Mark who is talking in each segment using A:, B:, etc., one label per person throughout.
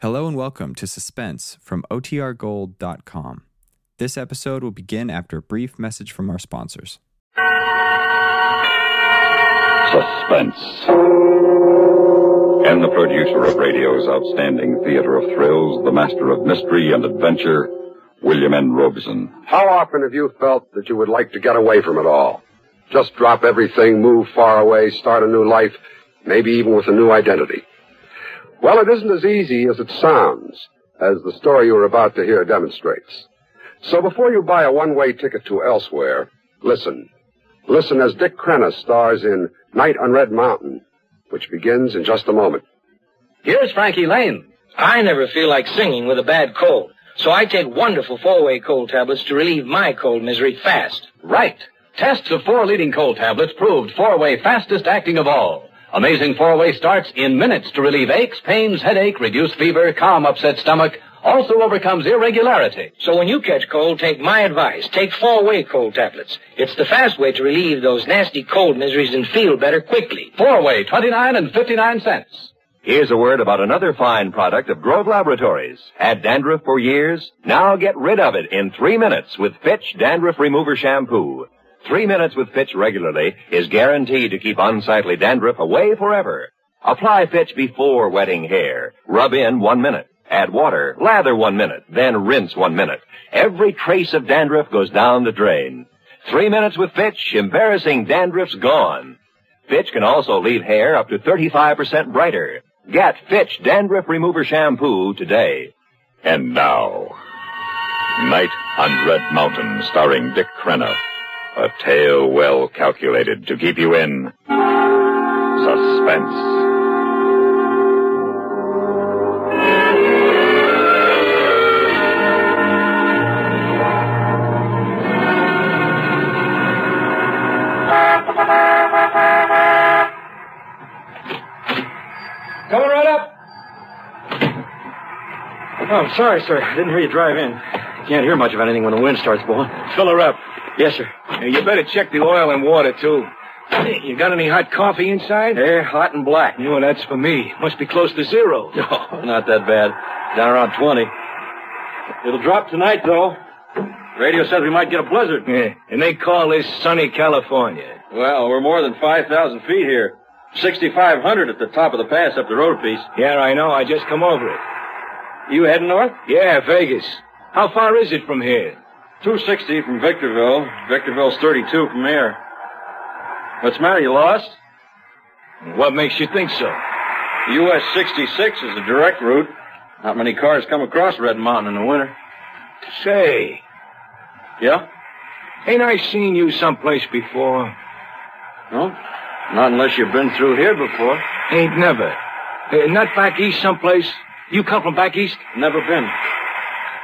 A: Hello and welcome to Suspense from OTRGold.com. This episode will begin after a brief message from our sponsors.
B: Suspense. And the producer of radio's outstanding theater of thrills, the master of mystery and adventure, William N. Robeson.
C: How often have you felt that you would like to get away from it all? Just drop everything, move far away, start a new life, maybe even with a new identity. Well, it isn't as easy as it sounds, as the story you're about to hear demonstrates. So before you buy a one-way ticket to elsewhere, listen. Listen as Dick Crenna stars in Night on Red Mountain, which begins in just a moment.
D: Here's Frankie Lane. I never feel like singing with a bad cold, so I take wonderful four-way cold tablets to relieve my cold misery fast.
E: Right. Tests of four leading cold tablets proved four-way fastest acting of all. Amazing four-way starts in minutes to relieve aches, pains, headache, reduce fever, calm upset stomach, also overcomes irregularity.
D: So when you catch cold, take my advice. Take four-way cold tablets. It's the fast way to relieve those nasty cold miseries and feel better quickly.
E: Four-way, 29 and 59 cents.
F: Here's a word about another fine product of Grove Laboratories. Had dandruff for years? Now get rid of it in three minutes with Fitch Dandruff Remover Shampoo. Three minutes with Fitch regularly is guaranteed to keep unsightly dandruff away forever. Apply Fitch before wetting hair. Rub in one minute. Add water. Lather one minute. Then rinse one minute. Every trace of dandruff goes down the drain. Three minutes with Fitch, embarrassing dandruff's gone. Fitch can also leave hair up to 35% brighter. Get Fitch Dandruff Remover Shampoo today.
B: And now, Night on Red Mountain, starring Dick Crenna. A tale well calculated to keep you in suspense.
D: Coming right up. Oh, I'm sorry, sir. I didn't hear you drive in. Can't hear much of anything when the wind starts blowing.
G: Fill her up.
D: Yes, sir.
G: you better check the oil and water, too. You got any hot coffee inside?
D: They're hot and black.
G: No, that's for me. Must be close to zero.
D: No, not that bad. Down around 20. It'll drop tonight, though. Radio says we might get a blizzard.
G: Yeah. And they call this sunny California.
D: Well, we're more than 5,000 feet here. 6,500 at the top of the pass up the road piece.
G: Yeah, I know. I just come over it.
D: You heading north?
G: Yeah, Vegas. How far is it from here?
D: 260 from Victorville. Victorville's 32 from here. What's the matter? You lost?
G: What makes you think so?
D: US 66 is a direct route. Not many cars come across Red Mountain in the winter.
G: Say,
D: Yeah?
G: ain't I seen you someplace before?
D: No? Not unless you've been through here before.
G: Ain't never. Eh, not back east someplace? You come from back east?
D: Never been.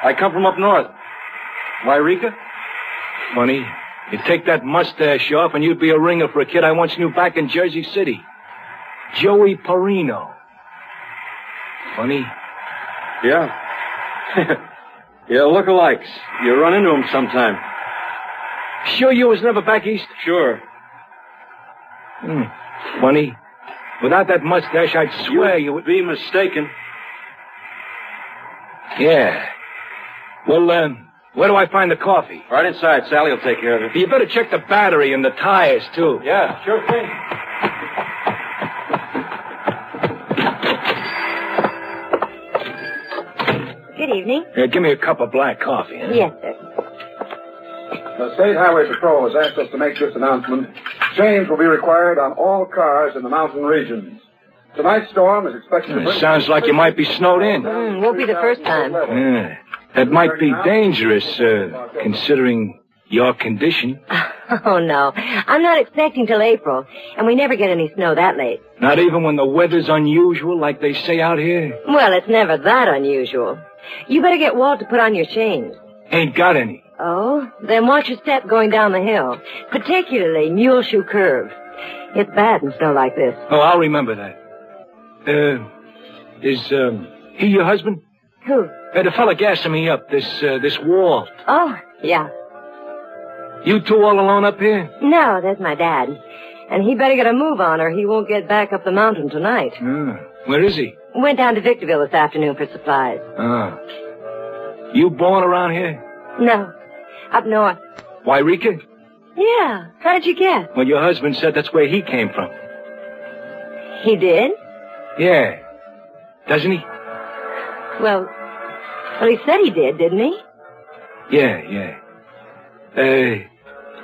D: I come from up north. Wairika?
G: Funny. You take that mustache off and you'd be a ringer for a kid I once knew back in Jersey City. Joey Perino. Funny.
D: Yeah. yeah, lookalikes. You run into 'em sometime.
G: Sure you was never back east? Hmm,
D: Sure.
G: Funny. Without that mustache, I'd swear you, would...
D: be mistaken.
G: Yeah. Well, um, where do I find the coffee?
D: Right inside. Sally will take care of it.
G: You better check the battery and the tires, too.
D: Yeah, sure thing.
H: Good evening.
G: Yeah, give me a cup of black coffee. Huh?
H: Yes, sir.
C: The State Highway Patrol has asked us to make this announcement. Change will be required on all cars in the mountain regions. Tonight's storm is expected to
G: It Hmm, sounds like you might be snowed in.
H: Mm, won't be the first time.
G: Yeah. That might be dangerous, uh, considering your condition.
H: Oh, no. I'm not expecting till April, and we never get any snow that late.
G: Not even when the weather's unusual, like they say out here?
H: Well, it's never that unusual. You better get Walt to put on your chains.
G: Ain't got any.
H: Oh? Then watch your step going down the hill, particularly Mule Shoe Curve. It's bad in snow like this.
G: Oh, I'll remember that. Uh, is, um, he your husband?
H: Who?
G: Uh, the fella gassing me up, this, uh, this wall.
H: Oh, yeah.
G: You two all alone up here?
H: No, there's my dad. And he better get a move on or he won't get back up the mountain tonight.
G: Yeah.
I: Where is he?
H: Went down to Victorville this afternoon for supplies.
I: Ah. You born around here?
H: No. Up north.
I: Wairika?
H: Yeah. How did you guess?
I: Well, your husband said that's where he came from.
H: He did?
I: Yeah. Doesn't he?
H: Well, well, he said he did, didn't he?
I: Yeah, yeah. Uh,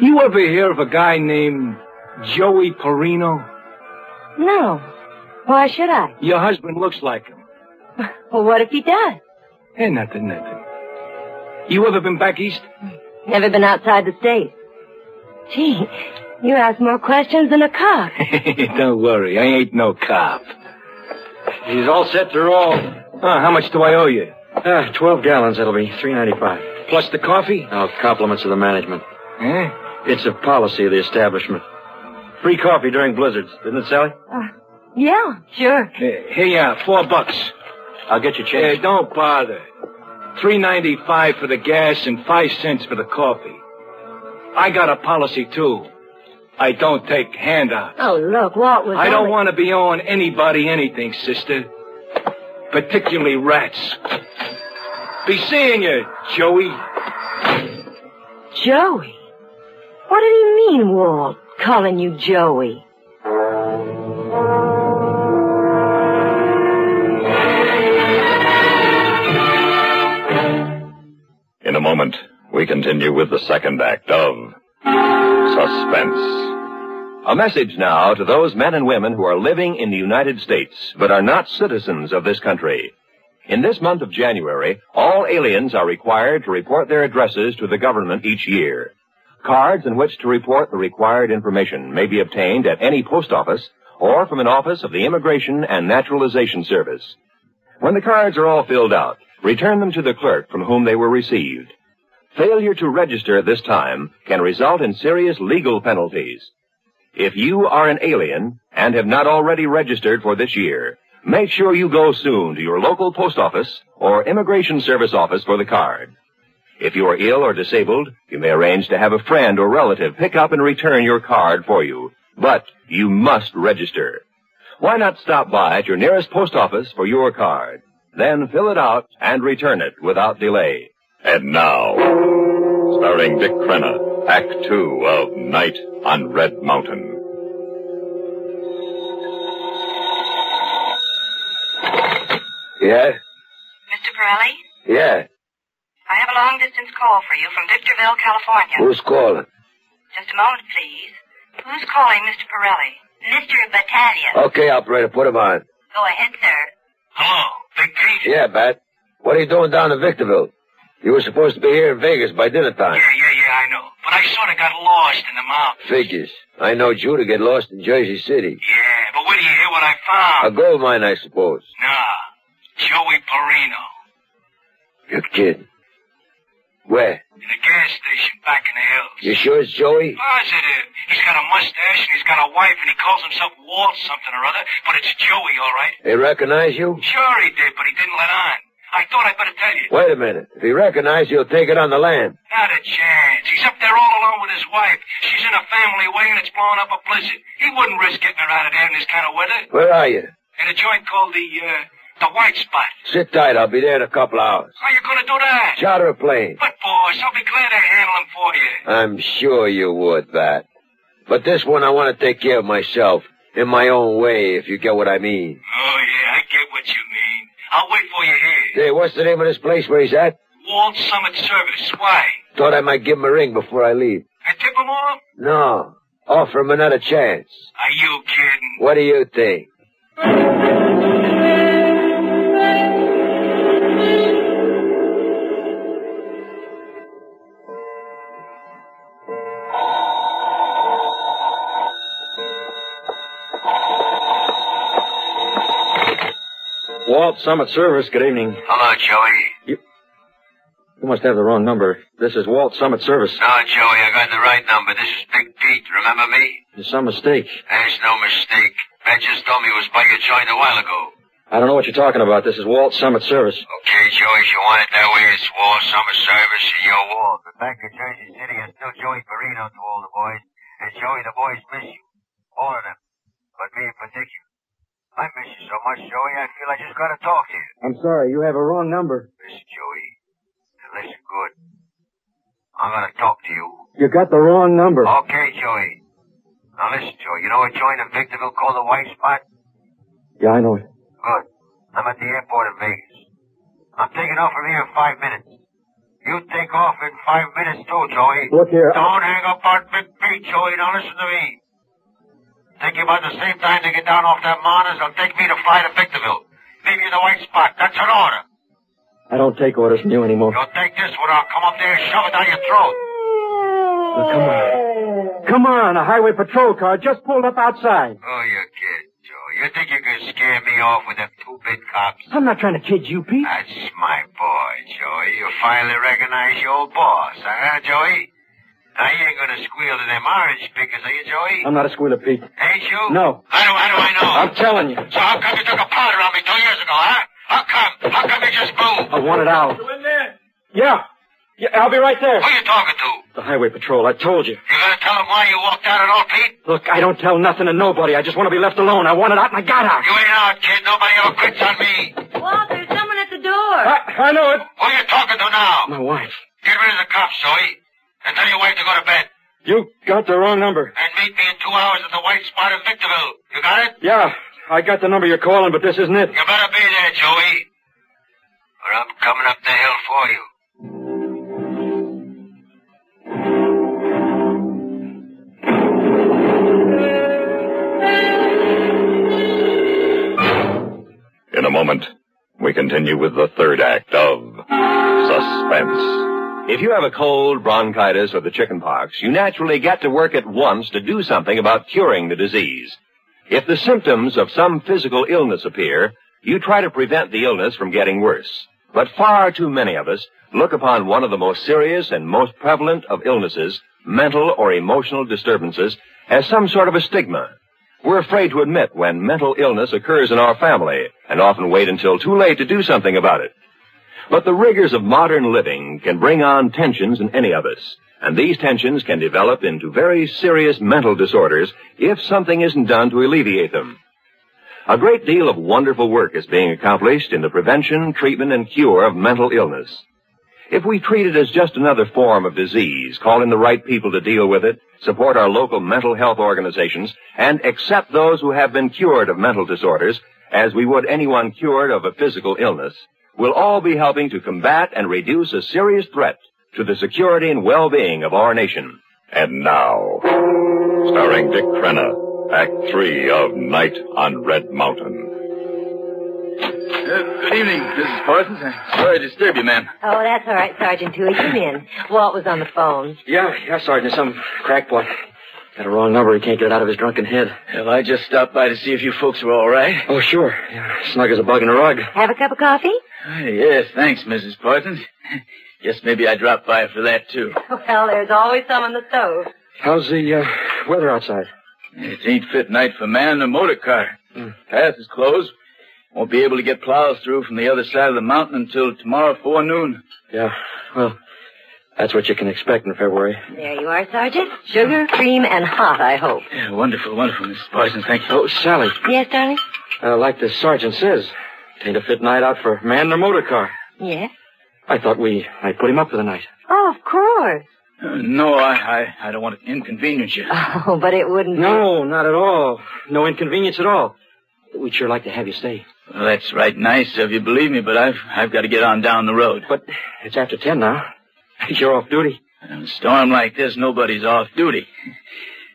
I: you ever hear of a guy named Joey Perino?
H: No. Why should I?
I: Your husband looks like him.
H: Well, what if he does?
I: Eh, nothing, nothing. You ever been back east?
H: Never been outside the state. Gee, you ask more questions than a cop.
I: Don't worry, I ain't no cop. He's all set to roll. Ah, how much do I owe you?
J: Ah, 12 gallons, that'll be 395
I: Plus the coffee?
J: Now, compliments of the management.
I: Eh?
J: It's a policy of the establishment. Free coffee during blizzards, isn't it, Sally?
H: Yeah, sure.
I: Here, here you are, four bucks.
J: I'll get you
I: Hey,
J: change.
I: don't bother. Three ninety five for the gas and five cents for the coffee. I got a policy too. I don't take handouts.
H: Oh, look, Walt was.
I: I don't
H: only-
I: want to be owing anybody anything, sister. Particularly rats. Be seeing you, Joey.
H: Joey. What did he mean, Walt? Calling you Joey.
F: In a moment, we continue with the second act of Suspense.
G: A message now to those men and women who are living in the United States but are not citizens of this country. In this month of January, all aliens are required to report their addresses to the government each year. Cards in which to report the required information may be obtained at any post office or from an office of the Immigration and Naturalization Service. When the cards are all filled out, return them to the clerk from whom they were received. Failure to register at this time can result in serious legal penalties. If you are an alien and have not already registered for this year, make sure you go soon to your local post office or immigration service office for the card. If you are ill or disabled, you may arrange to have a friend or relative pick up and return your card for you, but you must register. Why not stop by at your nearest post office for your card? Then fill it out and return it without delay.
F: And now, starring Dick Crenna, Act Two of Night on Red Mountain.
C: Yeah?
K: Mr. Pirelli,
C: Yeah.
K: I have a long distance call for you from Victorville, California.
C: Who's calling?
K: Just a moment, please. Who's calling Mr. Pirelli? Mr. Battaglia.
C: Okay, operator, put him on.
K: Go ahead, sir. Hello, Big Pete?
C: Yeah, Bat. What are you doing down in Victorville? You were supposed to be here in Vegas by dinner time.
K: yeah, yeah, I know. But I sort of got lost in the mountains.
C: Figures. I know you to get lost in Jersey City.
K: Yeah, but wait till you hear what I
C: A
F: Uh,
K: found.
C: gold mine, I suppose.
K: nah, Joey Perino.
C: You're kidding. Where?
K: In a gas station back in the hills.
C: You sure it's Joey?
K: Positive. He's got a mustache and he's got a wife and he calls himself Walt something or other, but it's Joey, all right.
C: They recognize you?
K: Sure he did, but he didn't let on. I thought I'd better tell you.
C: Wait a minute. If he recognizes you, he'll take it on the land.
K: Not a chance. He's up there all alone with his wife. She's in a family way and it's blowing up a blizzard. He wouldn't risk getting her out of there in this kind of weather.
C: Where are you?
K: In a joint called the, uh, the White Spot.
C: Sit tight. I'll be there in a couple of hours.
K: How you gonna do that?
C: Charter a plane.
K: But boys, I'll be glad I handle him for you.
C: I'm sure you would, Bat. But this one I want to take care of myself. In my own way, if you get what I mean.
K: Oh yeah, I get what you mean. I'll wait for you here.
C: Hey, what's the name of this place where he's at?
K: Walt Summit Service. Why?
C: Thought I might give him a ring before I leave.
K: I tip him off?
C: No. Offer him another chance.
K: Are you kidding?
C: What do you think?
J: Walt Summit Service, good evening.
K: Hello, Joey.
J: You must have the wrong number. This is Walt Summit Service.
K: No, Oh, Joey, I got the right number. This is Big Pete. Remember me?
J: There's some mistake.
K: There's no mistake. Matt just told me it was by your joint a while ago.
J: I don't know what you're talking about. This is Walt Summit Service.
K: Okay, Joey, if you want it that way, it's Wall Summer Service and your wall. But back to Jersey City, it's still Joey Perino to all the boys. And Joey, the boys miss you. All of them. But me in particular.
L: I miss you so much, Joey. I feel I just gotta talk to you.
M: I'm sorry, you have a wrong number.
L: Listen, Joey. Now, Listen good. I'm gonna talk to you.
M: You got the wrong number.
L: Okay, Joey. Now listen, Joey. You know what joint in Victorville called the White Spot?
M: Yeah, I know it.
L: Good. I'm at the airport in Vegas. I'm taking off from here in five minutes. You take off in five minutes too, Joey.
M: Look here, I-
L: Don't hang up on Big Pete, Joey. Now listen to me. Take you about the same time to get down off that Mars. It'll take me to fly to Victorville. Leave you the white spot. That's an order.
M: I don't take orders from you anymore.
L: You'll take this one. I'll come up there and shove it down your throat.
M: Now, come on. Come on, a highway patrol car just pulled up outside.
L: Oh, you kid, Joe. You think you can scare me off with them two-bit cops?
M: I'm not trying to kid you, Pete.
L: That's my boy, Joey. You finally recognize your old boss, huh, Joey? Now, you ain't gonna squeal to them orange pickers, are you, Joey?
M: I'm not a squealer, Pete.
L: Ain't you?
M: No.
L: How do, how do I know?
M: I'm telling you.
L: So how come you took a powder on me two years ago, huh? How come? How come you just moved?
M: I want it out.
L: You in there?
M: Yeah. Yeah, I'll be right there.
L: Who you talking to?
M: The highway patrol, I told you.
L: You gonna tell them why you walked out at all, Pete?
M: Look, I don't tell nothing to nobody. I just want to be left alone. I want it out and I got out.
L: You ain't out, kid. Nobody ever quits on me.
H: Walt, there's someone at the door.
M: I know it.
L: Who you talking to now?
M: My wife.
L: Get rid of the cops, Joey. And tell your wife to go to bed.
M: You got the wrong number.
L: And meet me in two hours at the white spot in Victorville. You got it?
M: Yeah, I got the number you're calling, but this isn't it.
L: You better be there, Joey. Or I'm coming up the hill for you.
F: In a moment, we continue with the third act of Suspense.
G: If you have a cold, bronchitis, or the chicken pox, you naturally get to work at once to do something about curing the disease. If the symptoms of some physical illness appear, you try to prevent the illness from getting worse. But far too many of us look upon one of the most serious and most prevalent of illnesses, mental or emotional disturbances, as some sort of a stigma. We're afraid to admit when mental illness occurs in our family and often wait until too late to do something about it. But the rigors of modern living can bring on tensions in any of us, and these tensions can develop into very serious mental disorders if something isn't done to alleviate them. A great deal of wonderful work is being accomplished in the prevention, treatment, and cure of mental illness. If we treat it as just another form of disease, call in the right people to deal with it, support our local mental health organizations, and accept those who have been cured of mental disorders as we would anyone cured of a physical illness, will all be helping to combat and reduce a serious threat to the security and well-being of our nation.
F: And now, starring Dick Crenna, Act 3 of Night on Red Mountain.
N: good evening, Mrs. Parsons. I'm sorry to disturb you, ma'am.
H: Oh, that's all right, Sergeant Huey. Come in. Walt was on the phone.
M: Yeah, yeah, Sergeant, some crackpot. Got a wrong number. He can't get it out of his drunken head.
N: Well, I just stopped by to see if you folks were all right.
M: Oh, sure. Yeah, snug as a bug in a rug.
H: Have a cup of coffee?
N: Ah, yes, thanks, Mrs. Parsons. Guess maybe I dropped by for that, too.
H: Well, there's always some on the stove.
M: How's the uh, weather outside?
N: It ain't fit night for man or motor car.
M: Hmm.
N: Path is closed. Won't be able to get plows through from the other side of the mountain until tomorrow forenoon.
M: Yeah, well, that's what you can expect in February.
H: There you are, Sergeant. Sugar, cream, and hot, I hope.
N: Yeah, wonderful, wonderful, Mrs. Parsons. Thank you.
M: Oh, Sally,
H: Yes, darling?
M: uh, like the sergeant says, it ain't a fit night out for man or motor car.
H: Yes.
M: I thought we might put him up for the night.
H: Oh, of course.
N: Uh, no, I, I, I don't want to inconvenience you.
H: Oh, but it wouldn't be-
M: No, not at all. No inconvenience at all. We'd sure like to have you stay.
N: Well, that's right nice of you, believe me, but I've, I've got to get on down the road.
M: But it's after ten now. You're off duty.
N: In a storm like this, nobody's off duty.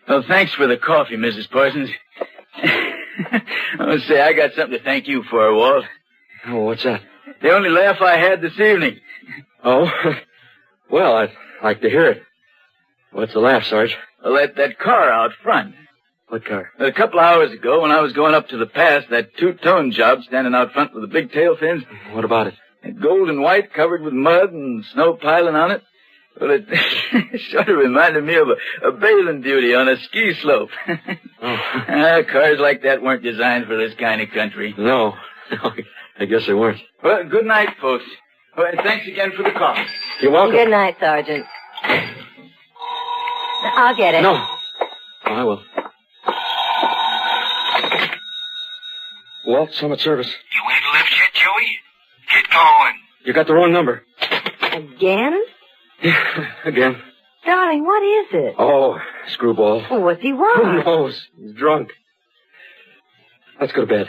N: Well, thanks for the coffee, Mrs. Parsons. I'll say I got something to thank you for, Walt.
M: Oh, what's that?
N: The only laugh I had this evening.
M: Oh, well, I'd like to hear it. What's the laugh, Sarge?
N: Well, that, that car out front.
M: What car?
N: A couple hours ago, when I was going up to the pass, that two-tone job standing out front with the big tail fins,
M: What about it?
N: gold and white, covered with mud and snow piling on it. Well, it sort of reminded me of a, a bailing duty on a ski slope.
M: Oh,
N: Ah, cars like that weren't designed for this kind of country.
M: no. I guess they weren't.
N: Well, good night, folks. Well, thanks again for the call.
M: You're welcome.
H: Good night, Sergeant. I'll get it.
M: No. Oh, I will.
O: Walt, Summit Service.
L: You ain't left yet, Joey? Get going.
O: You got the wrong number.
P: Again?
O: Again.
P: Darling, what is it?
O: Oh, screwball.
P: Oh, what's he
O: Who
P: want?
O: knows? He's drunk. Let's go to bed.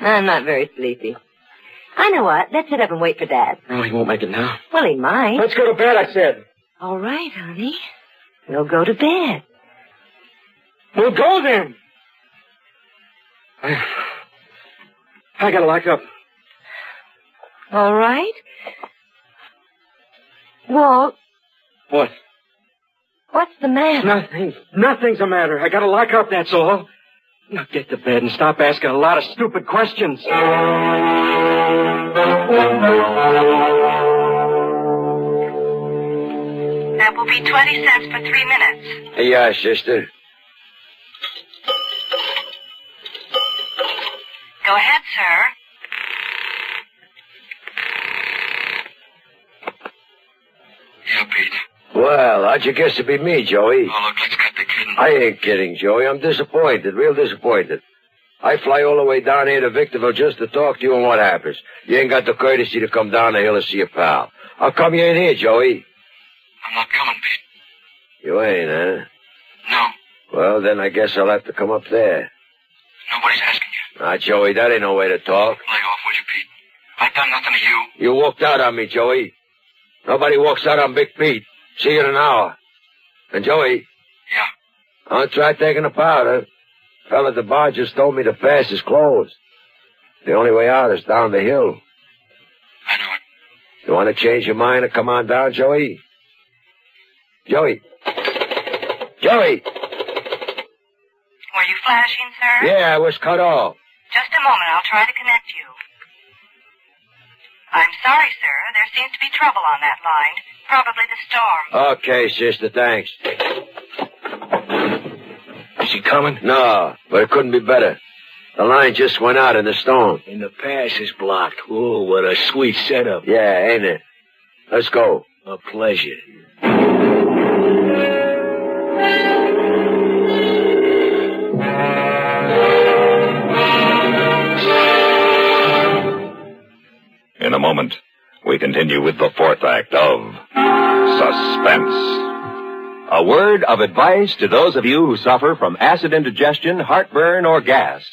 P: I'm not very sleepy. I know what. Let's sit up and wait for Dad.
O: Oh, he won't make it now.
P: Well, he might.
O: Let's go to bed, I said.
P: All right, honey. We'll go to bed.
O: We'll go then. I, I gotta lock up.
P: All right? Walt,
O: What?
P: what's the matter?
O: Nothing. Nothing's the matter. I gotta lock up, that's all. Now get to bed and stop asking a lot of stupid questions.
Q: That will be 20 cents for three minutes.
G: uh,
O: Yeah, sister.
Q: Go ahead, sir.
G: Well, how'd you guess it'd be me, Joey?
L: Oh, look, let's cut the kid.
G: I ain't kidding, Joey. I'm disappointed, real disappointed. I fly all the way down here to Victorville just to talk to you, and what happens? You ain't got the courtesy to come down the hill to see your pal. How come you ain't here, Joey?
L: I'm not coming, Pete.
G: You ain't, huh?
L: No,
G: Well, then I guess I'll have to come up there.
L: nobody's asking you.
G: Now, Joey, that ain't no way to talk.
L: Lay off, will you, Pete? I've done nothing to you.
G: You walked out on me, Joey. Nobody walks out on Big Pete. See you in an hour. And Joey.
L: Yeah.
G: I'll try taking a powder. Fella at the bar just told me the pass is closed. The only way out is down the hill. I know it. You want to change your mind and come on down, Joey? Joey. Joey.
Q: Were you flashing, sir?
G: Yeah, I was cut off.
Q: Just a moment. I'll try to connect you. I'm sorry, sir. There seems to be trouble on that line. Probably the storm.
G: Okay, sister, thanks.
R: Is she coming?
G: No, but it couldn't be better. The line just went out in the storm.
R: And the pass is blocked. Oh, what a sweet setup.
G: Yeah, ain't it? Let's go.
R: A pleasure.
F: In a moment, we continue with the fourth act of Suspense.
S: A word of advice to those of you who suffer from acid indigestion, heartburn, or gas.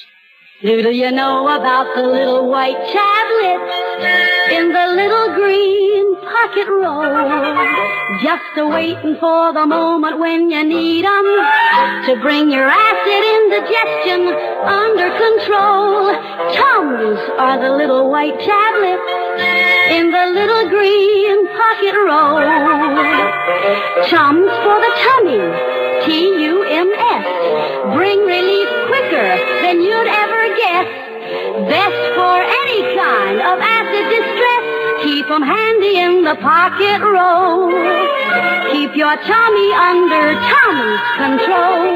H: Doodle you know about the little white tablets in the little green pocket roll? Just a waiting for the moment when you need 'em to bring your acid indigestion under control. Tums are the little white tablets in the little green pocket roll. Tums for the tummy, T-U-M-S. Bring relief quicker than you'd ever guess. Best for any kind of acid distress. Keep 'em handy in the pocket roll. Keep your tummy under tummy's control.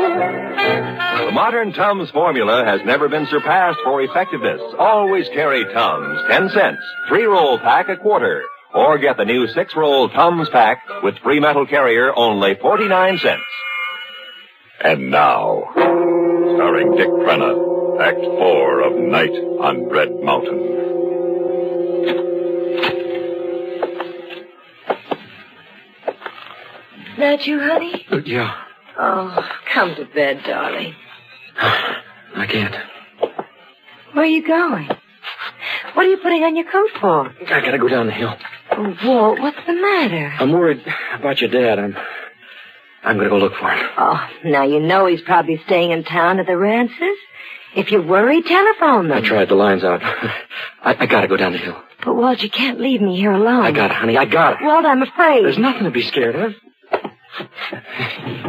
S: The modern Tums formula has never been surpassed for effectiveness. Always carry Tums, 10 cents, three roll pack a quarter, or get the new six roll Tums pack with free metal carrier only 49 cents.
F: And now, starring Dick Crenna, Act 4 of Night on Red Mountain.
P: That you, honey?
O: Yeah,
P: Oh, come to bed, darling.
O: I can't.
P: Where are you going? What are you putting on your coat for?
O: I gotta go down the hill.
P: Oh, Walt, what's the matter?
O: I'm worried about your dad. I'm. I'm gonna go look for him.
P: Oh, now you know he's probably staying in town at the Rances. If you're worried, telephone them.
O: I tried the lines out. I, I gotta go down the hill.
P: But Walt, you can't leave me here alone.
O: I got it, honey. I got it.
P: Walt, I'm afraid.
O: There's nothing to be scared of.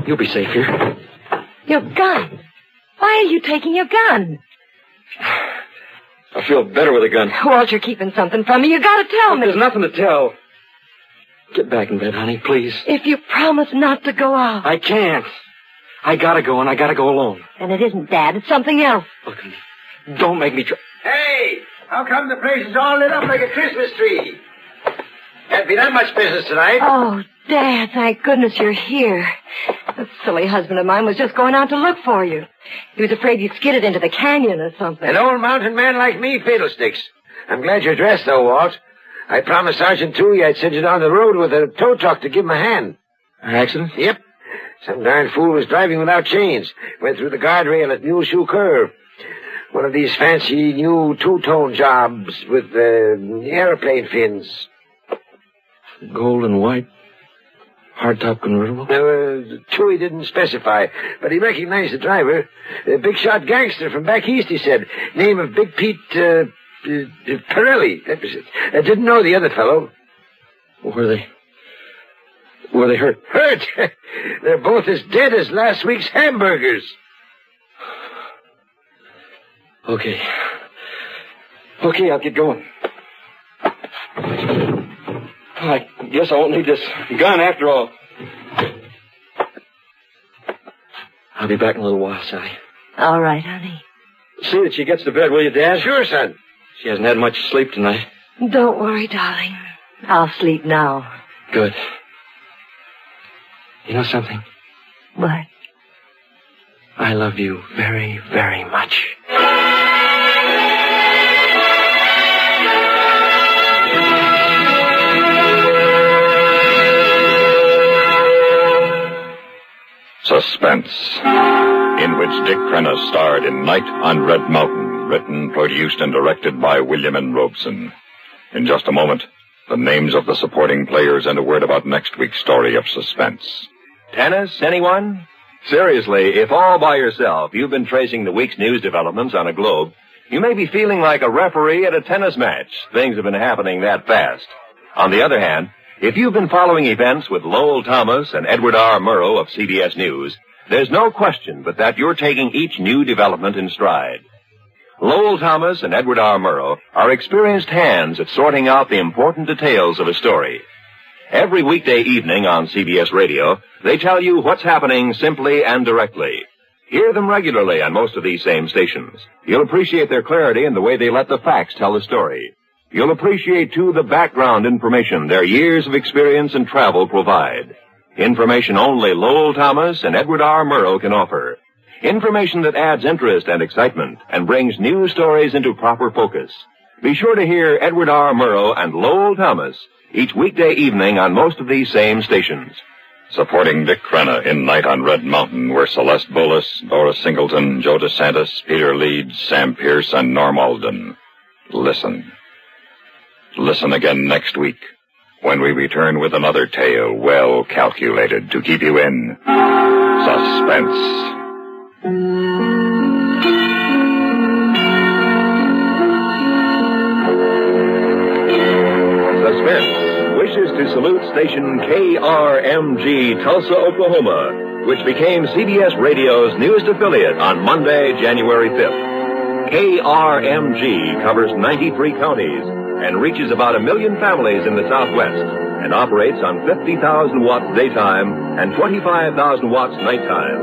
O: You'll be safe here.
P: Your gun. Why are you taking your gun?
O: I feel better with a gun.
P: Walt, you're keeping something from me. You gotta tell me.
O: There's nothing to tell. Get back in bed, honey, please.
P: If you promise not to go out.
O: I can't. I gotta go, and I gotta go alone.
P: And it isn't Dad, it's something else.
O: Don't make me try.
T: Hey, how come the place is all lit up like a Christmas tree? Can't be that much business tonight.
P: Oh, Dad, thank goodness you're here. Let's
H: silly husband of mine was just going out to look for you. He was afraid you'd skidded into the canyon or something.
U: An old mountain man like me, fiddlesticks. I'm glad you're dressed, though, Walt. I promised Sergeant Toohey I'd send you down the road with a tow truck to give him a hand.
V: An accident?
U: Yep. Some darn fool was driving without chains. Went through the guardrail at Mule Shoe Curve. One of these fancy new two-tone jobs with uh, airplane fins.
V: Gold and white. Hardtop convertible?
U: Uh, Toohey didn't specify, but he recognized the driver. A big shot gangster from back east, he said. Name of Big Pete uh, uh, Pirelli. That was it. I didn't know the other fellow.
V: Were they? Were they hurt?
U: Hurt! They're both as dead as last week's hamburgers.
V: Okay. Okay, I'll get going. I guess I won't need this gun after all. I'll be back in a little while, Sally.
H: All right, honey.
V: See that she gets to bed, will you, Dad?
U: Sure, son.
V: She hasn't had much sleep tonight.
H: Don't worry, darling. I'll sleep now.
V: Good. You know something?
H: What?
V: I love you very, very much.
F: Suspense, in which Dick Crenna starred in Night on Red Mountain, written, produced, and directed by William N. Robeson. In just a moment, the names of the supporting players and a word about next week's story of suspense.
G: Tennis, anyone? Seriously, if all by yourself you've been tracing the week's news developments on a globe, you may be feeling like a referee at a tennis match. Things have been happening that fast. On the other hand, if you've been following events with Lowell Thomas and Edward R. Murrow of CBS News, there's no question but that you're taking each new development in stride. Lowell Thomas and Edward R. Murrow are experienced hands at sorting out the important details of a story. Every weekday evening on CBS Radio, they tell you what's happening simply and directly. Hear them regularly on most of these same stations. You'll appreciate their clarity and the way they let the facts tell the story. You'll appreciate, too, the background information their years of experience and travel provide. Information only Lowell Thomas and Edward R. Murrow can offer. Information that adds interest and excitement and brings news stories into proper focus. Be sure to hear Edward R. Murrow and Lowell Thomas each weekday evening on most of these same stations.
F: Supporting Dick Crenna in Night on Red Mountain were Celeste Bullis, Dora Singleton, Joe DeSantis, Peter Leeds, Sam Pierce, and Norm Alden. Listen. Listen again next week when we return with another tale well calculated to keep you in suspense.
G: Suspense wishes to salute station KRMG Tulsa, Oklahoma, which became CBS Radio's newest affiliate on Monday, January 5th. KRMG covers 93 counties and reaches about a million families in the Southwest and operates on 50,000 watts daytime and 25,000 watts nighttime.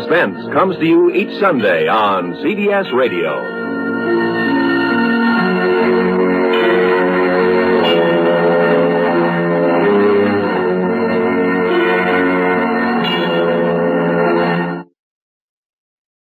G: Suspense comes to you each Sunday on CBS Radio.